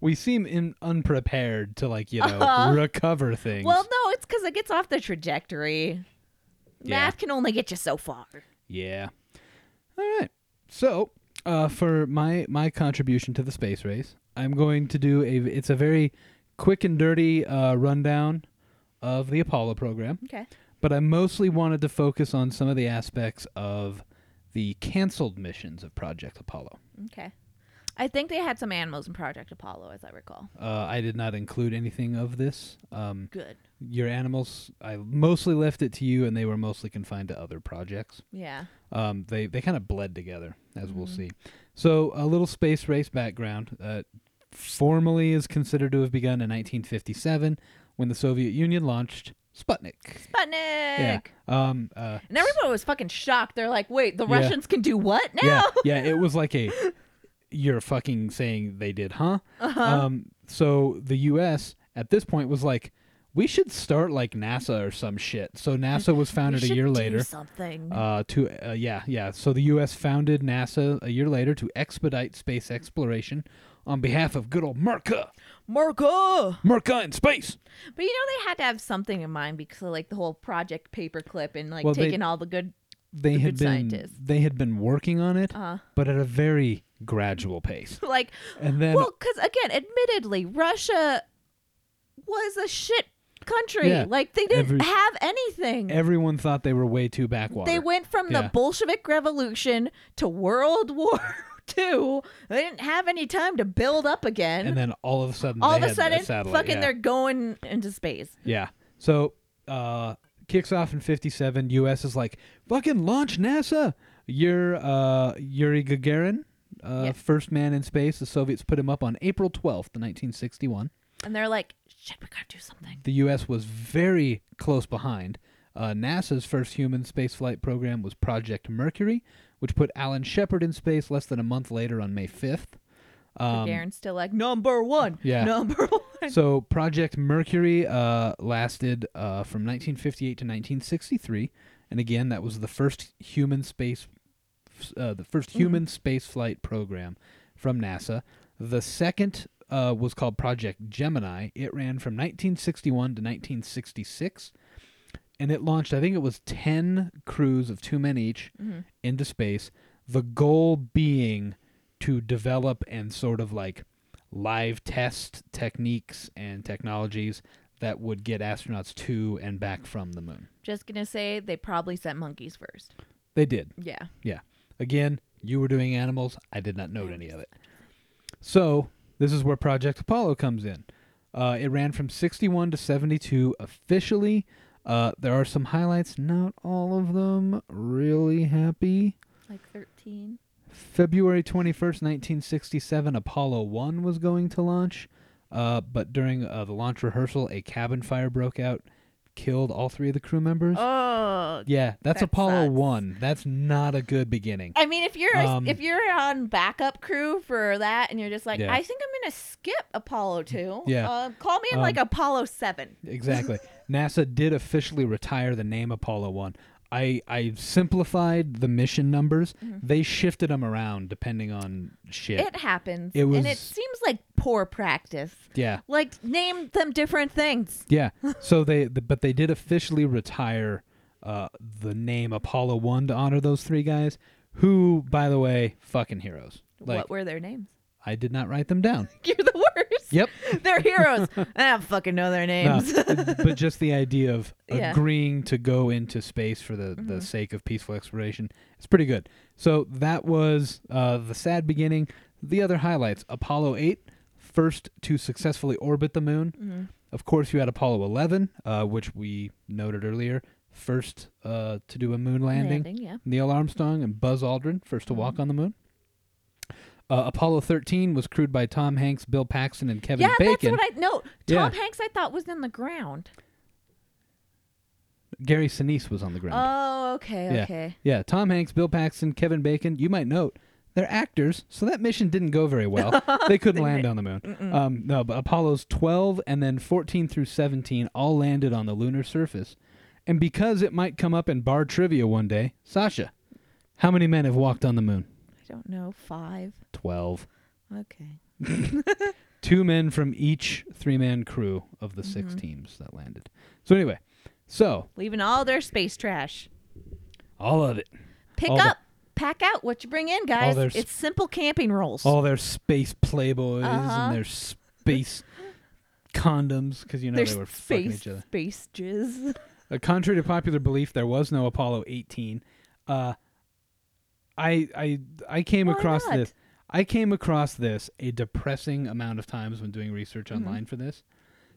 Speaker 1: We seem in, unprepared to like you know
Speaker 2: Uh-huh.
Speaker 1: recover things.
Speaker 2: Well, no, it's because it gets off the trajectory.
Speaker 1: Yeah.
Speaker 2: Math can only get you so far.
Speaker 1: yeah. All right. So, uh, for my my contribution to the space race, I'm going to do a. It's a very quick and dirty uh, rundown of the Apollo program.
Speaker 2: Okay.
Speaker 1: but I mostly wanted to focus on some of the aspects of the canceled missions of Project Apollo.
Speaker 2: Okay. I think they had some animals in Project Apollo, as I recall.
Speaker 1: Uh, I did not include anything of this. Um,
Speaker 2: Good.
Speaker 1: your animals, I mostly left it to you, and they were mostly confined to other projects.
Speaker 2: Yeah.
Speaker 1: Um, they they kind of bled together, as we'll
Speaker 2: Mm-hmm.
Speaker 1: see. So a little space race background. Uh, formally is considered to have begun in 1957 when the Soviet Union launched Sputnik.
Speaker 2: Sputnik.
Speaker 1: Yeah. Um, uh,
Speaker 2: And everyone was fucking shocked. They're like, wait, the
Speaker 1: Yeah.
Speaker 2: Russians can do what now?
Speaker 1: *laughs* Yeah, yeah, it was like a you're fucking saying they did, huh?
Speaker 2: Uh-huh.
Speaker 1: Um, so the U.S. at this point was like, we should start like NASA or some shit. So NASA was
Speaker 2: We
Speaker 1: founded a
Speaker 2: should
Speaker 1: year
Speaker 2: do
Speaker 1: later.
Speaker 2: Something.
Speaker 1: Uh, to uh, yeah, yeah. So the U.S. founded NASA a year later to expedite space exploration on behalf of good old Merca,
Speaker 2: Marco.
Speaker 1: Merca in space.
Speaker 2: But you know they had to have something in mind because of, like the whole Project Paperclip and like
Speaker 1: Well, they-
Speaker 2: taking all the good.
Speaker 1: They
Speaker 2: The
Speaker 1: had
Speaker 2: good
Speaker 1: been
Speaker 2: scientists.
Speaker 1: they had been working on it,
Speaker 2: Uh, *laughs*
Speaker 1: but at a very gradual pace.
Speaker 2: like,
Speaker 1: And then
Speaker 2: well, because again, admittedly, Russia was a shit country.
Speaker 1: Yeah.
Speaker 2: Like they
Speaker 1: Every-
Speaker 2: didn't have anything.
Speaker 1: everyone thought they were way too backwater.
Speaker 2: They went from
Speaker 1: Yeah.
Speaker 2: the Bolshevik Revolution to World *laughs* War II. They didn't have any time to build up again.
Speaker 1: and then all of a sudden
Speaker 2: All
Speaker 1: they
Speaker 2: of a
Speaker 1: had
Speaker 2: sudden,
Speaker 1: satellite,
Speaker 2: fucking,
Speaker 1: yeah.
Speaker 2: they're going into space.
Speaker 1: yeah so uh kicks off in 57 us is like fucking launch nasa Yur, uh, yuri gagarin uh,
Speaker 2: Yeah.
Speaker 1: first man in space the soviets put him up on april 12th 1961
Speaker 2: And they're like, shit, we gotta do something.
Speaker 1: the us was very close behind uh, nasa's first human spaceflight program was project mercury which put alan shepard in space less than a month later on may Um, 5th
Speaker 2: But Darren's still like, number one.
Speaker 1: yeah.
Speaker 2: Number *laughs* one.
Speaker 1: So Project Mercury uh, lasted uh, from 1958 to 1963, and again that was the first human space, uh, the first human space flight program from NASA. The second uh, was called Project Gemini. It ran from 1961 to 1966, and it launched. I think it was ten crews of two men each into space. The goal being to develop and sort of like live test techniques and technologies that would get astronauts to and back from the moon.
Speaker 2: Just gonna say they probably sent monkeys first.
Speaker 1: They did.
Speaker 2: Yeah.
Speaker 1: Yeah. Again, you were doing animals. I did not note any of it. So, this is where Project Apollo comes in. Uh, it ran from 61 to 72 officially. Uh, there are some highlights, not all of them really happy.
Speaker 2: Like 13.
Speaker 1: February 21st, 1967, Apollo 1 was going to launch, uh, but during uh, the launch rehearsal, a cabin fire broke out, killed all three of the crew members.
Speaker 2: Oh.
Speaker 1: yeah, that's
Speaker 2: that
Speaker 1: Apollo
Speaker 2: sucks.
Speaker 1: 1. That's not a good beginning.
Speaker 2: I mean, if you're a-
Speaker 1: Um,
Speaker 2: if you're on backup crew for that, and you're just like,
Speaker 1: Yeah.
Speaker 2: I think I'm gonna skip Apollo two.
Speaker 1: Yeah. Um,
Speaker 2: Uh, call me in like Apollo seven.
Speaker 1: Exactly. NASA did officially retire the name Apollo 1. I, I simplified the mission numbers. They shifted them around depending on shit.
Speaker 2: Mm-hmm. It happens.
Speaker 1: It
Speaker 2: And it
Speaker 1: was-
Speaker 2: seems like poor practice. *laughs*
Speaker 1: yeah.
Speaker 2: Like, name them different things.
Speaker 1: Yeah. So they, th but they did officially retire uh, the name Apollo One to honor those three guys, who, by the way, fucking heroes. Like
Speaker 2: what were their names? *laughs*
Speaker 1: I did not write them down.
Speaker 2: You're the worst.
Speaker 1: Yep.
Speaker 2: *laughs* They're heroes. I don't fucking know their
Speaker 1: No,
Speaker 2: names. *laughs*
Speaker 1: but just the idea of
Speaker 2: Yeah. Mm-hmm.
Speaker 1: agreeing to go into space for the, the sake of peaceful exploration is pretty good. So that was uh, the sad beginning. The other highlights Apollo 8, first to successfully orbit the moon. Of course, you had Apollo 11, uh, which we noted earlier, first uh, to do a moon landing.
Speaker 2: yeah.
Speaker 1: Neil Armstrong and Buzz Aldrin, first to
Speaker 2: Mm-hmm.
Speaker 1: walk on the moon. Uh, Apollo 13 was crewed by Tom Hanks, Bill Paxton, and Kevin
Speaker 2: yeah,
Speaker 1: Bacon.
Speaker 2: that's what I no.
Speaker 1: Yeah.
Speaker 2: Tom Hanks, I thought was in the ground.
Speaker 1: Gary Sinise was on the ground.
Speaker 2: Oh, okay,
Speaker 1: Yeah.
Speaker 2: okay.
Speaker 1: Yeah, Tom Hanks, Bill Paxton, Kevin Bacon. You might note they're actors, so that mission didn't go very well. they couldn't land on the moon. Um, no, but Apollo's 12 and then 14 through 17 all landed on the lunar surface. And because it might come up in bar trivia one day, Sasha, how many men have walked on the moon?
Speaker 2: I don't know. Five.
Speaker 1: 12.
Speaker 2: Okay.
Speaker 1: Two men from each three man crew of the six teams that landed. So, anyway, so
Speaker 2: Leaving all their space trash.
Speaker 1: all of it,
Speaker 2: Pick
Speaker 1: All the-
Speaker 2: up, pack out what you bring in, guys.
Speaker 1: their Oh, sp-
Speaker 2: It's simple camping rolls.
Speaker 1: all their space playboys
Speaker 2: Uh-huh.
Speaker 1: and their space condoms because you know
Speaker 2: Their
Speaker 1: they were fucking
Speaker 2: space
Speaker 1: each other.
Speaker 2: space jizz. *laughs*
Speaker 1: Uh, contrary to popular belief, there was no Apollo 18. Uh, I I I came
Speaker 2: Why
Speaker 1: across
Speaker 2: not?
Speaker 1: this. I came across this a depressing amount of times when doing research
Speaker 2: Mm-hmm.
Speaker 1: online for this.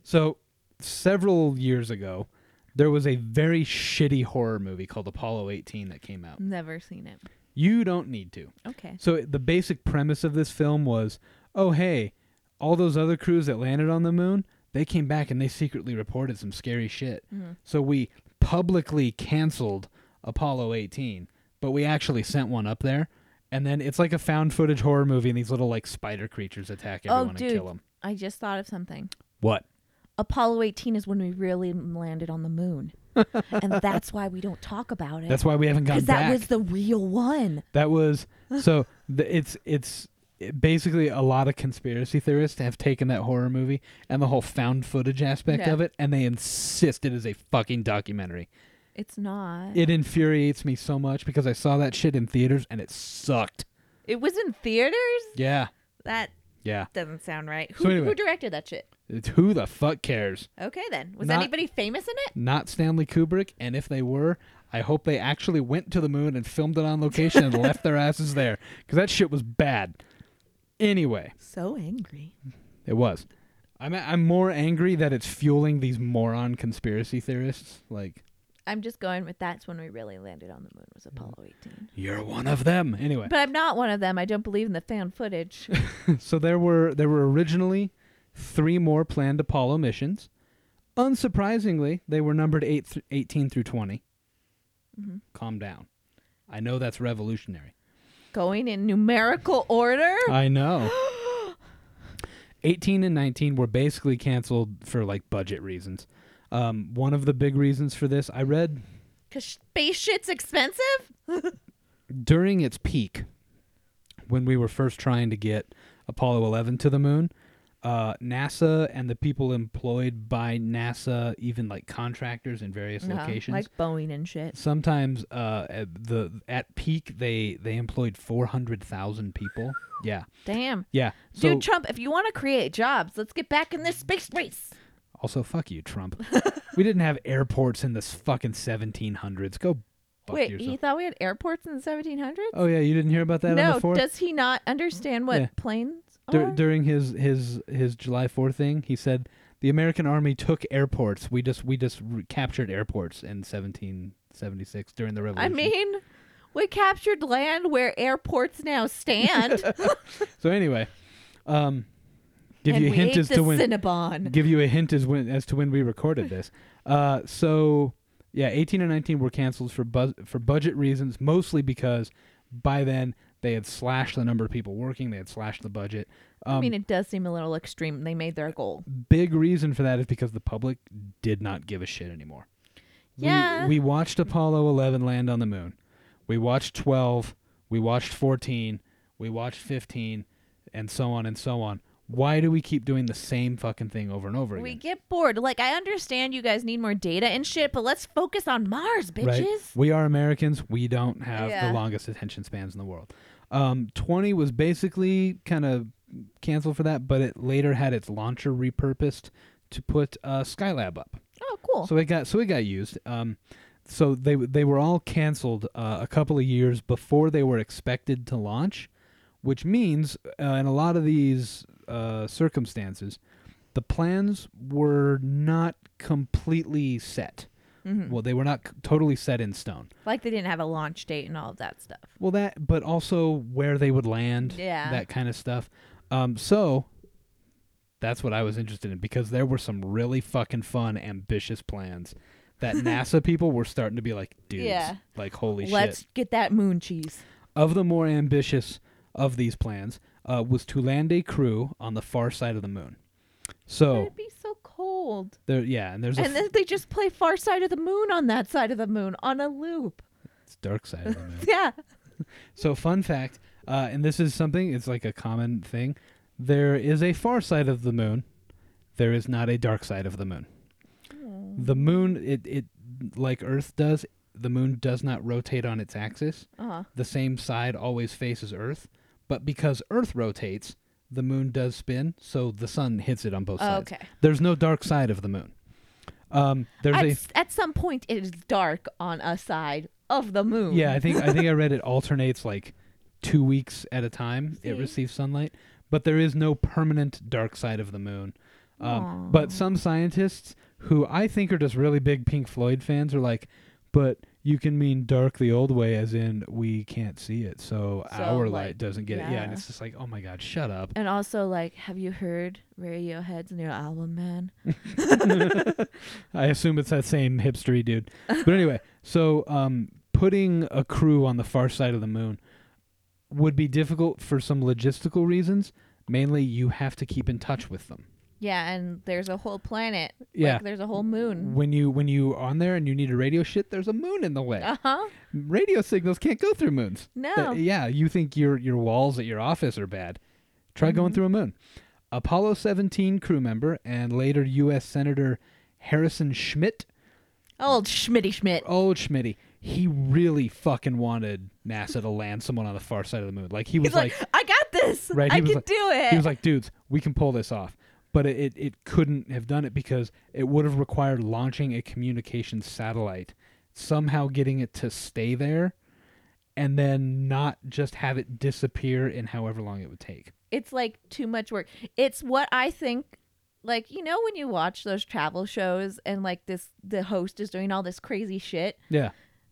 Speaker 1: So several years ago, there was a very shitty horror movie called Apollo 18 that came out.
Speaker 2: Never seen it.
Speaker 1: You don't need to.
Speaker 2: Okay.
Speaker 1: So the basic premise of this film was, oh hey, all those other crews that landed on the moon, they came back and they secretly reported some scary shit.
Speaker 2: Mm-hmm.
Speaker 1: So we publicly canceled Apollo 18, but we actually sent one up there. And then it's like a found footage horror movie, and these little like spider creatures attack
Speaker 2: Oh,
Speaker 1: everyone and
Speaker 2: dude,
Speaker 1: kill them.
Speaker 2: I just thought of something.
Speaker 1: What?
Speaker 2: Apollo 18 is when we really landed on
Speaker 1: *laughs*
Speaker 2: the moon, and that's why we don't talk about it.
Speaker 1: That's why we haven't gone
Speaker 2: because
Speaker 1: back.
Speaker 2: that was the real one.
Speaker 1: That was so. The, it's it's it- basically a lot of conspiracy theorists have taken that horror movie and the whole found footage aspect
Speaker 2: Yeah.
Speaker 1: of it, and they insist it is a fucking documentary.
Speaker 2: It's not. It,
Speaker 1: It infuriates me so much because I saw that shit in theaters and it sucked.
Speaker 2: was in theaters.
Speaker 1: Yeah,
Speaker 2: That
Speaker 1: yeah.
Speaker 2: doesn't sound right. Who,
Speaker 1: So anyway.
Speaker 2: who directed that shit?
Speaker 1: It's, who the fuck cares?
Speaker 2: Okay, then was
Speaker 1: Not-
Speaker 2: anybody famous in it?
Speaker 1: Not Stanley Kubrick, and if they were. I hope they actually went to the moon and filmed it on location and left their asses there because that shit was bad. Anyway,
Speaker 2: So angry.
Speaker 1: It was. I'm I'm more angry that it's fueling these moron conspiracy theorists. Like
Speaker 2: I'm just going with that's when we really landed on the moon was Apollo
Speaker 1: Mm.
Speaker 2: 18.
Speaker 1: you're one of them. Anyway,
Speaker 2: But I'm not one of them. I don't believe in the fan
Speaker 1: *laughs*
Speaker 2: footage.
Speaker 1: so there were there were originally three more planned Apollo missions. Unsurprisingly, they were numbered eight th- 18 through 20. Calm down. I know that's revolutionary.
Speaker 2: going in numerical order.
Speaker 1: I know. 18 and 19 were basically canceled for like budget reasons. Um, one of the big reasons for this, I read
Speaker 2: Cause space shit's expensive.
Speaker 1: during its peak, when we were first trying to get Apollo 11 to the moon, uh, NASA and the people employed by NASA, even like contractors in various
Speaker 2: No,
Speaker 1: locations,
Speaker 2: Uh-huh, like Boeing and shit.
Speaker 1: sometimes uh, at the at peak they they employed 400,000 people. Yeah,
Speaker 2: Damn.
Speaker 1: yeah. So
Speaker 2: Dude, Trump, if you want to create jobs, let's get back in this space race.
Speaker 1: also, fuck you,
Speaker 2: *laughs*
Speaker 1: Trump. we didn't have airports in this fucking 1700s. Go fuck
Speaker 2: Wait,
Speaker 1: yourself.
Speaker 2: he thought we had airports in the 1700s?
Speaker 1: oh yeah, you didn't hear about that on
Speaker 2: no,
Speaker 1: the fourth.
Speaker 2: does he not understand what
Speaker 1: Yeah.
Speaker 2: planes
Speaker 1: Dur-
Speaker 2: are?
Speaker 1: during his his his July 4th thing, he said the American army took airports. We just we just re- captured airports in 1776 during the
Speaker 2: I
Speaker 1: revolution.
Speaker 2: mean, we captured land where airports now stand.
Speaker 1: so anyway, um *laughs* give
Speaker 2: and
Speaker 1: you a
Speaker 2: we
Speaker 1: hint
Speaker 2: ate
Speaker 1: as
Speaker 2: the
Speaker 1: to when
Speaker 2: Cinnabon.
Speaker 1: give you a hint as when as to when we recorded
Speaker 2: *laughs*
Speaker 1: this. Uh so yeah, 18 and 19 were canceled for bu- for budget reasons, mostly because by then they had slashed the number of people working, they had slashed the budget. Um,
Speaker 2: I mean, it does seem a little extreme. They made their goal.
Speaker 1: big reason for that is because the public did not give a shit anymore.
Speaker 2: Yeah.
Speaker 1: We, we watched Apollo 11 land on the moon. We watched 12. We watched 14. We watched 15, and so on and so on. Why do we keep doing the same fucking thing over and over again?
Speaker 2: We get bored. Like, I understand you guys need more data and shit, but let's focus on Mars, bitches.
Speaker 1: right? We are Americans. We don't have
Speaker 2: Yeah.
Speaker 1: the longest attention spans in the world. Um, 20 was basically kind of canceled for that, but it later had its launcher repurposed to put uh, Skylab up.
Speaker 2: Oh, cool.
Speaker 1: So it got so it got used. Um, so they they were all canceled uh, a couple of years before they were expected to launch, which means uh, in a lot of these uh, circumstances, the plans were not completely set. Well, they were not c- totally set in stone.
Speaker 2: like they didn't have a launch date and all of that stuff.
Speaker 1: Well, that, but also where they would land,
Speaker 2: Yeah.
Speaker 1: that kind of stuff. Um, so that's what I was interested in because there were some really fucking fun, ambitious plans that
Speaker 2: *laughs*
Speaker 1: NASA people were starting to be like, dudes,
Speaker 2: Yeah.
Speaker 1: like holy
Speaker 2: Let's
Speaker 1: shit.
Speaker 2: get that moon cheese.
Speaker 1: Of the more ambitious of these plans uh, was to land a crew on the far side of the moon. So
Speaker 2: It'd be so cold.
Speaker 1: there, yeah, and Oh. there's a
Speaker 2: And then they just play Far Side of the Moon on that side of the moon on a loop. *laughs*
Speaker 1: it's dark side of the moon.
Speaker 2: Yeah.
Speaker 1: So, fun fact, uh, and this is something, it's like a common thing. There is a far side of the moon. There is not a dark side of the moon. The moon, it, it like Earth does, the moon does not rotate on its axis.
Speaker 2: Uh-huh.
Speaker 1: The same side always faces Earth. But because Earth rotates, the moon does spin, so the sun hits it on both sides.
Speaker 2: Oh, Okay.
Speaker 1: There's no dark side of the moon. Um, there's
Speaker 2: At,
Speaker 1: a
Speaker 2: s- at some point, it is dark on a side of the moon.
Speaker 1: Yeah, I think I think I read
Speaker 2: *laughs*
Speaker 1: it alternates like two weeks at a time. It
Speaker 2: See?
Speaker 1: receives sunlight, but there is no permanent dark side of the moon. Um, but some scientists who I think are just really big Pink Floyd fans are like, but you can mean dark the old way, as in we can't see it, so,
Speaker 2: So,
Speaker 1: our
Speaker 2: like,
Speaker 1: light doesn't get it. Yeah, and
Speaker 2: yeah.
Speaker 1: it's just like, oh my god, shut up.
Speaker 2: And also, like, have you heard Radiohead's new album, man?
Speaker 1: *laughs* I assume it's that same hipstery dude. But anyway, so um, putting a crew on the far side of the moon would be difficult for some logistical reasons. Mainly, you have to keep in touch with them.
Speaker 2: Yeah, and there's a whole planet.
Speaker 1: Yeah.
Speaker 2: Like, there's a whole moon.
Speaker 1: When you when you are on there and you need a radio shit, there's a moon in the way.
Speaker 2: Uh huh.
Speaker 1: radio signals can't go through moons.
Speaker 2: No.
Speaker 1: Th- yeah, you think your your walls at your office are bad. Try
Speaker 2: Mm-hmm.
Speaker 1: going through a moon. Apollo 17 crew member and later U.S. Senator Harrison Schmitt
Speaker 2: Old Schmitty Schmidt.
Speaker 1: old Oh, Schmitty, he really fucking wanted NASA to land someone on the far side of the moon. Like he was
Speaker 2: He's
Speaker 1: like,
Speaker 2: like, "Eh." I got this.
Speaker 1: Right, he
Speaker 2: I
Speaker 1: was
Speaker 2: can
Speaker 1: like-
Speaker 2: do it.
Speaker 1: he was like, dudes, we can pull this off. But it, it, it couldn't have done it because it would have required launching a communications satellite, somehow getting it to stay there, and then not just have it disappear in however long it would take.
Speaker 2: it's like too much work. It's what I think like you know when you watch those travel shows and like this the host is doing all this crazy shit.
Speaker 1: Yeah.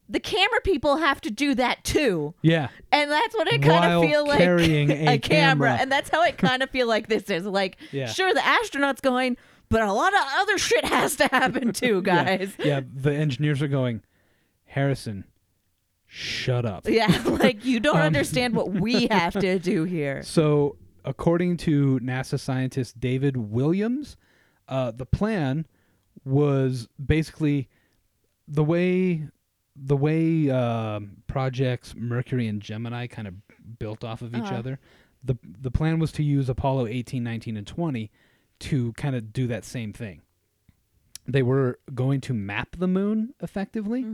Speaker 2: The camera people have to do that too.
Speaker 1: Yeah.
Speaker 2: And that's what I kind
Speaker 1: While
Speaker 2: of feel like *laughs*
Speaker 1: carrying a
Speaker 2: camera.
Speaker 1: camera.
Speaker 2: And that's how I kind of feel like this is like
Speaker 1: *laughs* Yeah.
Speaker 2: sure the astronaut's going, but a lot of other shit has to happen too, guys.
Speaker 1: *laughs* Yeah. The engineers are going, Harrison, shut
Speaker 2: *laughs*
Speaker 1: up.
Speaker 2: Yeah, like you
Speaker 1: Um,
Speaker 2: don't understand what
Speaker 1: *laughs*
Speaker 2: we have to do here.
Speaker 1: So, according to NASA scientist David Williams, uh, the plan was basically the way the way um projects Mercury and Gemini kind of built off of each
Speaker 2: Uh-huh.
Speaker 1: other. The the plan was to use Apollo 18, 19, and 20 to kind of do that same thing. They were going to map the moon effectively.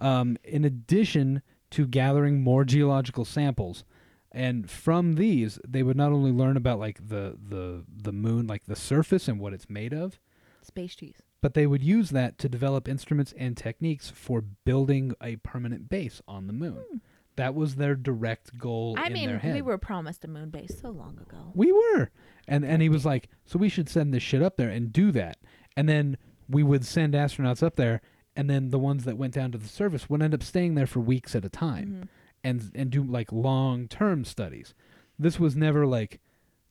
Speaker 1: Um, in addition to gathering more geological samples, and from these they would not only learn about like the the the moon, like the surface and what it's made of,
Speaker 2: Space cheese.
Speaker 1: but they would use that to develop instruments and techniques for building a permanent base on the moon. That was their direct goal
Speaker 2: Hmm. I
Speaker 1: in their
Speaker 2: mean,
Speaker 1: head.
Speaker 2: we were promised a moon base so long ago.
Speaker 1: We were. And and he was like, so we should send this shit up there and do that. And then we would send astronauts up there and then the ones that went down to the surface would end up staying there for weeks at a
Speaker 2: Mm-hmm.
Speaker 1: time and and do like long term studies. This was never like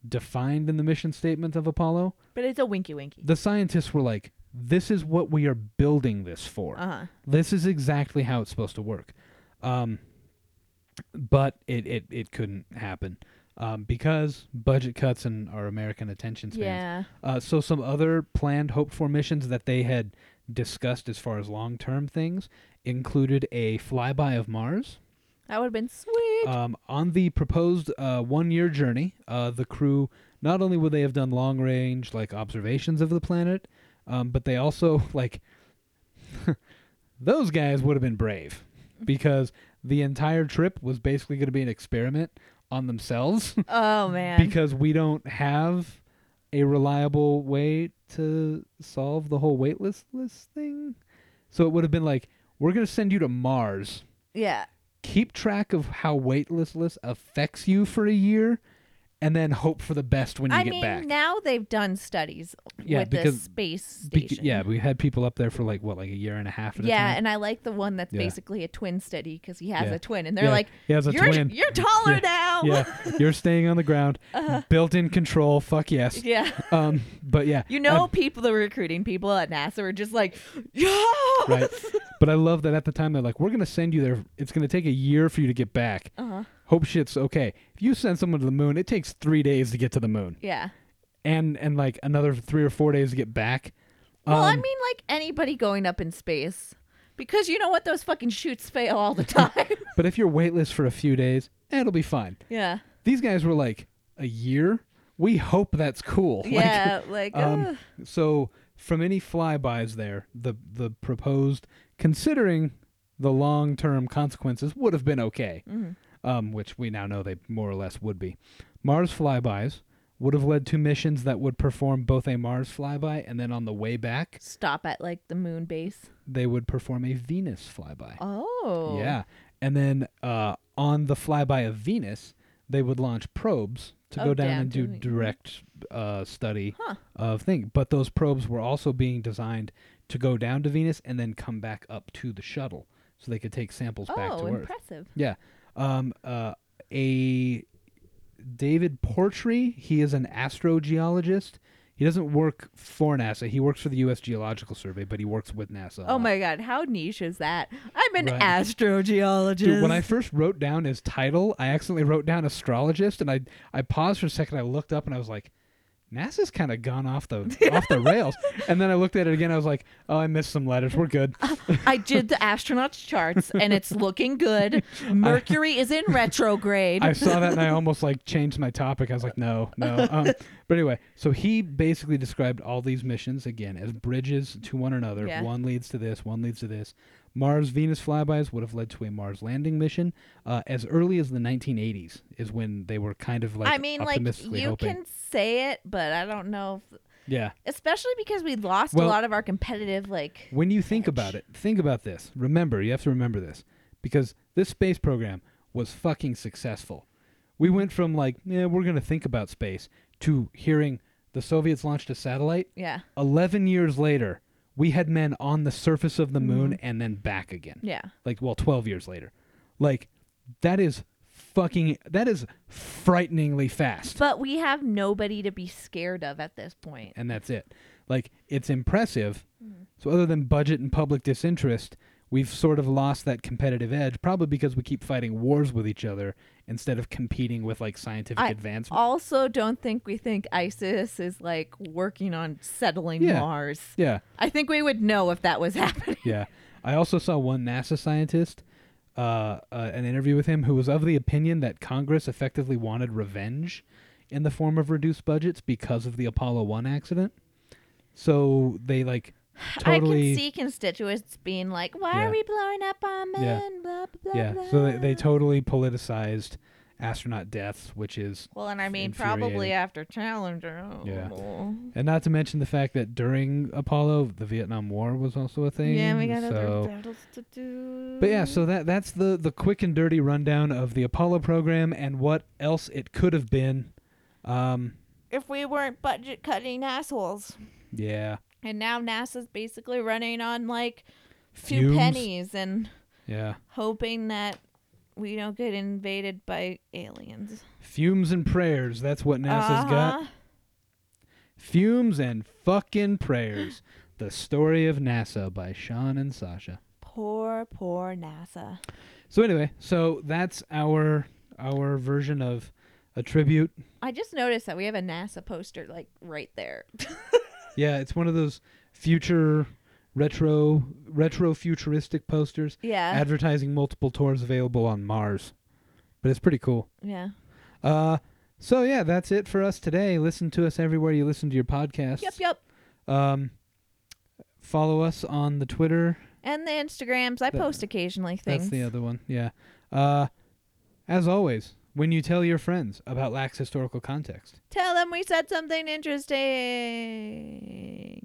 Speaker 1: defined in the mission statement of Apollo.
Speaker 2: But it's a winky winky.
Speaker 1: The scientists were like, this is what we are building this for.
Speaker 2: Uh huh.
Speaker 1: This is exactly how it's supposed to work. Um, but it, it, it couldn't happen um, because budget cuts and our American attention spans.
Speaker 2: Yeah.
Speaker 1: Uh, so some other planned hoped for missions that they had discussed as far as long term things included a flyby of Mars.
Speaker 2: That would have been sweet.
Speaker 1: Um, on the proposed uh, one year journey, uh, the crew not only would they have done long range like observations of the planet, um, but they also *laughs* like those guys would have been brave because the entire trip was basically going to be an experiment on themselves
Speaker 2: Oh man.
Speaker 1: because we don't have a reliable way to solve the whole waitlist list thing. So it would have been like, we're going to send you to Mars.
Speaker 2: yeah.
Speaker 1: Keep track of how waitlist affects you for a year and then hope for the best when you
Speaker 2: I
Speaker 1: get
Speaker 2: mean,
Speaker 1: back.
Speaker 2: now they've done studies
Speaker 1: Yeah,
Speaker 2: with
Speaker 1: because-
Speaker 2: this space
Speaker 1: Bec-
Speaker 2: station.
Speaker 1: yeah, we had people up there for like what, like a year and a half. At a
Speaker 2: Yeah,
Speaker 1: time?
Speaker 2: and I like the one that's
Speaker 1: Yeah.
Speaker 2: basically a twin study because he has
Speaker 1: Yeah.
Speaker 2: a twin, and they're
Speaker 1: Yeah,
Speaker 2: like,
Speaker 1: he has a
Speaker 2: "You're
Speaker 1: twin."
Speaker 2: you're taller
Speaker 1: Yeah,
Speaker 2: now."
Speaker 1: yeah, you're staying on the ground,
Speaker 2: Uh-huh.
Speaker 1: built-in control. Fuck
Speaker 2: *laughs*
Speaker 1: yes.
Speaker 2: *laughs* Yeah.
Speaker 1: Um, but yeah,
Speaker 2: You
Speaker 1: I-
Speaker 2: know, people that were recruiting people at NASA were just like, *gasps* "Yeah."
Speaker 1: right? But I love that at the time they're like, "We're gonna send you there. It's gonna take a year for you to get back.
Speaker 2: Uh-huh.
Speaker 1: Hope shit's okay. If you send someone to the moon, it takes three days to get to the moon,
Speaker 2: Yeah.
Speaker 1: and and like another three or four days to get back.
Speaker 2: Well, I
Speaker 1: Um,
Speaker 2: mean, like anybody going up in space, because you know what? Those fucking shoots fail all the *laughs* time.
Speaker 1: but if you're waitlist for a few days, eh, it'll be fine.
Speaker 2: yeah.
Speaker 1: These guys were like a year. We hope that's cool. *laughs* *laughs* Like,
Speaker 2: Yeah. Like, ugh.
Speaker 1: Um, so from any flybys there, the the proposed considering the long term consequences would have been okay, um, which we now know they more or less would be. Mars flybys would have led to missions that would perform both a Mars flyby and then on the way back
Speaker 2: stop at like the moon base.
Speaker 1: they would perform a Venus flyby.
Speaker 2: Oh.
Speaker 1: Yeah, and then uh, on the flyby of Venus, they would launch probes to
Speaker 2: Oh,
Speaker 1: go down
Speaker 2: down
Speaker 1: and do
Speaker 2: to the-
Speaker 1: direct uh, study
Speaker 2: Huh.
Speaker 1: of thing. But those probes were also being designed to go down to Venus and then come back up to the shuttle, so they could take samples back to
Speaker 2: Oh,
Speaker 1: Earth.
Speaker 2: impressive.
Speaker 1: Yeah. Um, uh, a David Portree, he is an astrogeologist. He doesn't work for NASA. He works for the U.S. Geological Survey, but he works with NASA. a
Speaker 2: Oh
Speaker 1: lot.
Speaker 2: my god, how niche is that? I'm an
Speaker 1: Uh, Right.
Speaker 2: astrogeologist.
Speaker 1: Dude, when I first wrote down his title, I accidentally wrote down astrologist, and I I paused for a second. I looked up and I was like, NASA's kind of gone off the off the rails. And then I looked at it again. I was like, oh, I missed some letters. We're good.
Speaker 2: I did the astronauts charts and it's
Speaker 1: *laughs*
Speaker 2: looking good. Mercury is in retrograde. *laughs*
Speaker 1: I saw that and I almost like changed my topic. I was like, no, no. Um, *laughs* but anyway, so he basically described all these missions again as bridges to one another.
Speaker 2: Yeah.
Speaker 1: One leads to this, one leads to this. Mars Venus flybys would have led to a Mars landing mission uh, as early as the 1980s is when they were kind of like
Speaker 2: I mean, like
Speaker 1: optimistically
Speaker 2: you
Speaker 1: hoping.
Speaker 2: can say it, but I don't know, if,
Speaker 1: Yeah.
Speaker 2: especially because we lost
Speaker 1: Well-
Speaker 2: a lot of our competitive like.
Speaker 1: When you think about it, think about this. Remember, you have to remember this because this space program was fucking successful. We went from like, yeah, we're going to think about space to hearing the Soviets launched a satellite.
Speaker 2: Yeah,
Speaker 1: 11 years later, we had men on the surface of the moon and then back again.
Speaker 2: yeah,
Speaker 1: Like, well, 12 years later. Like, that is fucking, that is frighteningly fast.
Speaker 2: but we have nobody to be scared of at this point.
Speaker 1: and that's it. Like it's impressive.
Speaker 2: Mm-hmm.
Speaker 1: So other than budget and public disinterest, we've sort of lost that competitive edge, probably because we keep fighting wars with each other instead of competing with like scientific
Speaker 2: I
Speaker 1: advancement.
Speaker 2: also don't think we think ISIS is like working on settling
Speaker 1: Yeah.
Speaker 2: Mars.
Speaker 1: yeah,
Speaker 2: I think we would know if that was *laughs* happening.
Speaker 1: yeah. I also saw one NASA scientist, uh, uh, an interview with him, who was of the opinion that Congress effectively wanted revenge in the form of reduced budgets because of the Apollo One accident. So they like totally.
Speaker 2: I can see constituents being like, "Why
Speaker 1: Yeah.
Speaker 2: are we blowing up our men?"
Speaker 1: Yeah.
Speaker 2: Blah blah blah.
Speaker 1: Yeah,
Speaker 2: blah.
Speaker 1: so they, they totally politicized astronaut deaths, which is,
Speaker 2: well, and I mean,
Speaker 1: infuriating.
Speaker 2: probably after Challenger.
Speaker 1: Yeah.
Speaker 2: Oh.
Speaker 1: and not to mention the fact that during Apollo, the Vietnam War was also a thing.
Speaker 2: Yeah, we got other
Speaker 1: so.
Speaker 2: battles to do.
Speaker 1: But yeah, so that that's the the quick and dirty rundown of the Apollo program and what else it could have been. Um,
Speaker 2: if we weren't budget cutting assholes,
Speaker 1: yeah,
Speaker 2: and now NASA's basically running on like two
Speaker 1: Fumes.
Speaker 2: pennies and
Speaker 1: yeah,
Speaker 2: hoping that we don't get invaded by aliens.
Speaker 1: fumes and prayers. That's what NASA's got.
Speaker 2: Uh-huh.
Speaker 1: Fumes and fucking prayers. The story of NASA by Sean and Sasha.
Speaker 2: Poor, poor NASA.
Speaker 1: So anyway, so that's our our version of a tribute.
Speaker 2: I just noticed that we have a NASA poster like right there.
Speaker 1: Yeah, it's one of those future retro retro futuristic posters
Speaker 2: yeah.
Speaker 1: advertising multiple tours available on Mars. But it's pretty cool.
Speaker 2: yeah.
Speaker 1: Uh so yeah, that's it for us today. Listen to us everywhere you listen to your podcasts.
Speaker 2: Yep, yep.
Speaker 1: Um follow us on the Twitter.
Speaker 2: And the Instagrams. I
Speaker 1: That-
Speaker 2: post occasionally things.
Speaker 1: That's the other one. Yeah. Uh as always, when you tell your friends about lax historical context.
Speaker 2: Tell them we said something interesting.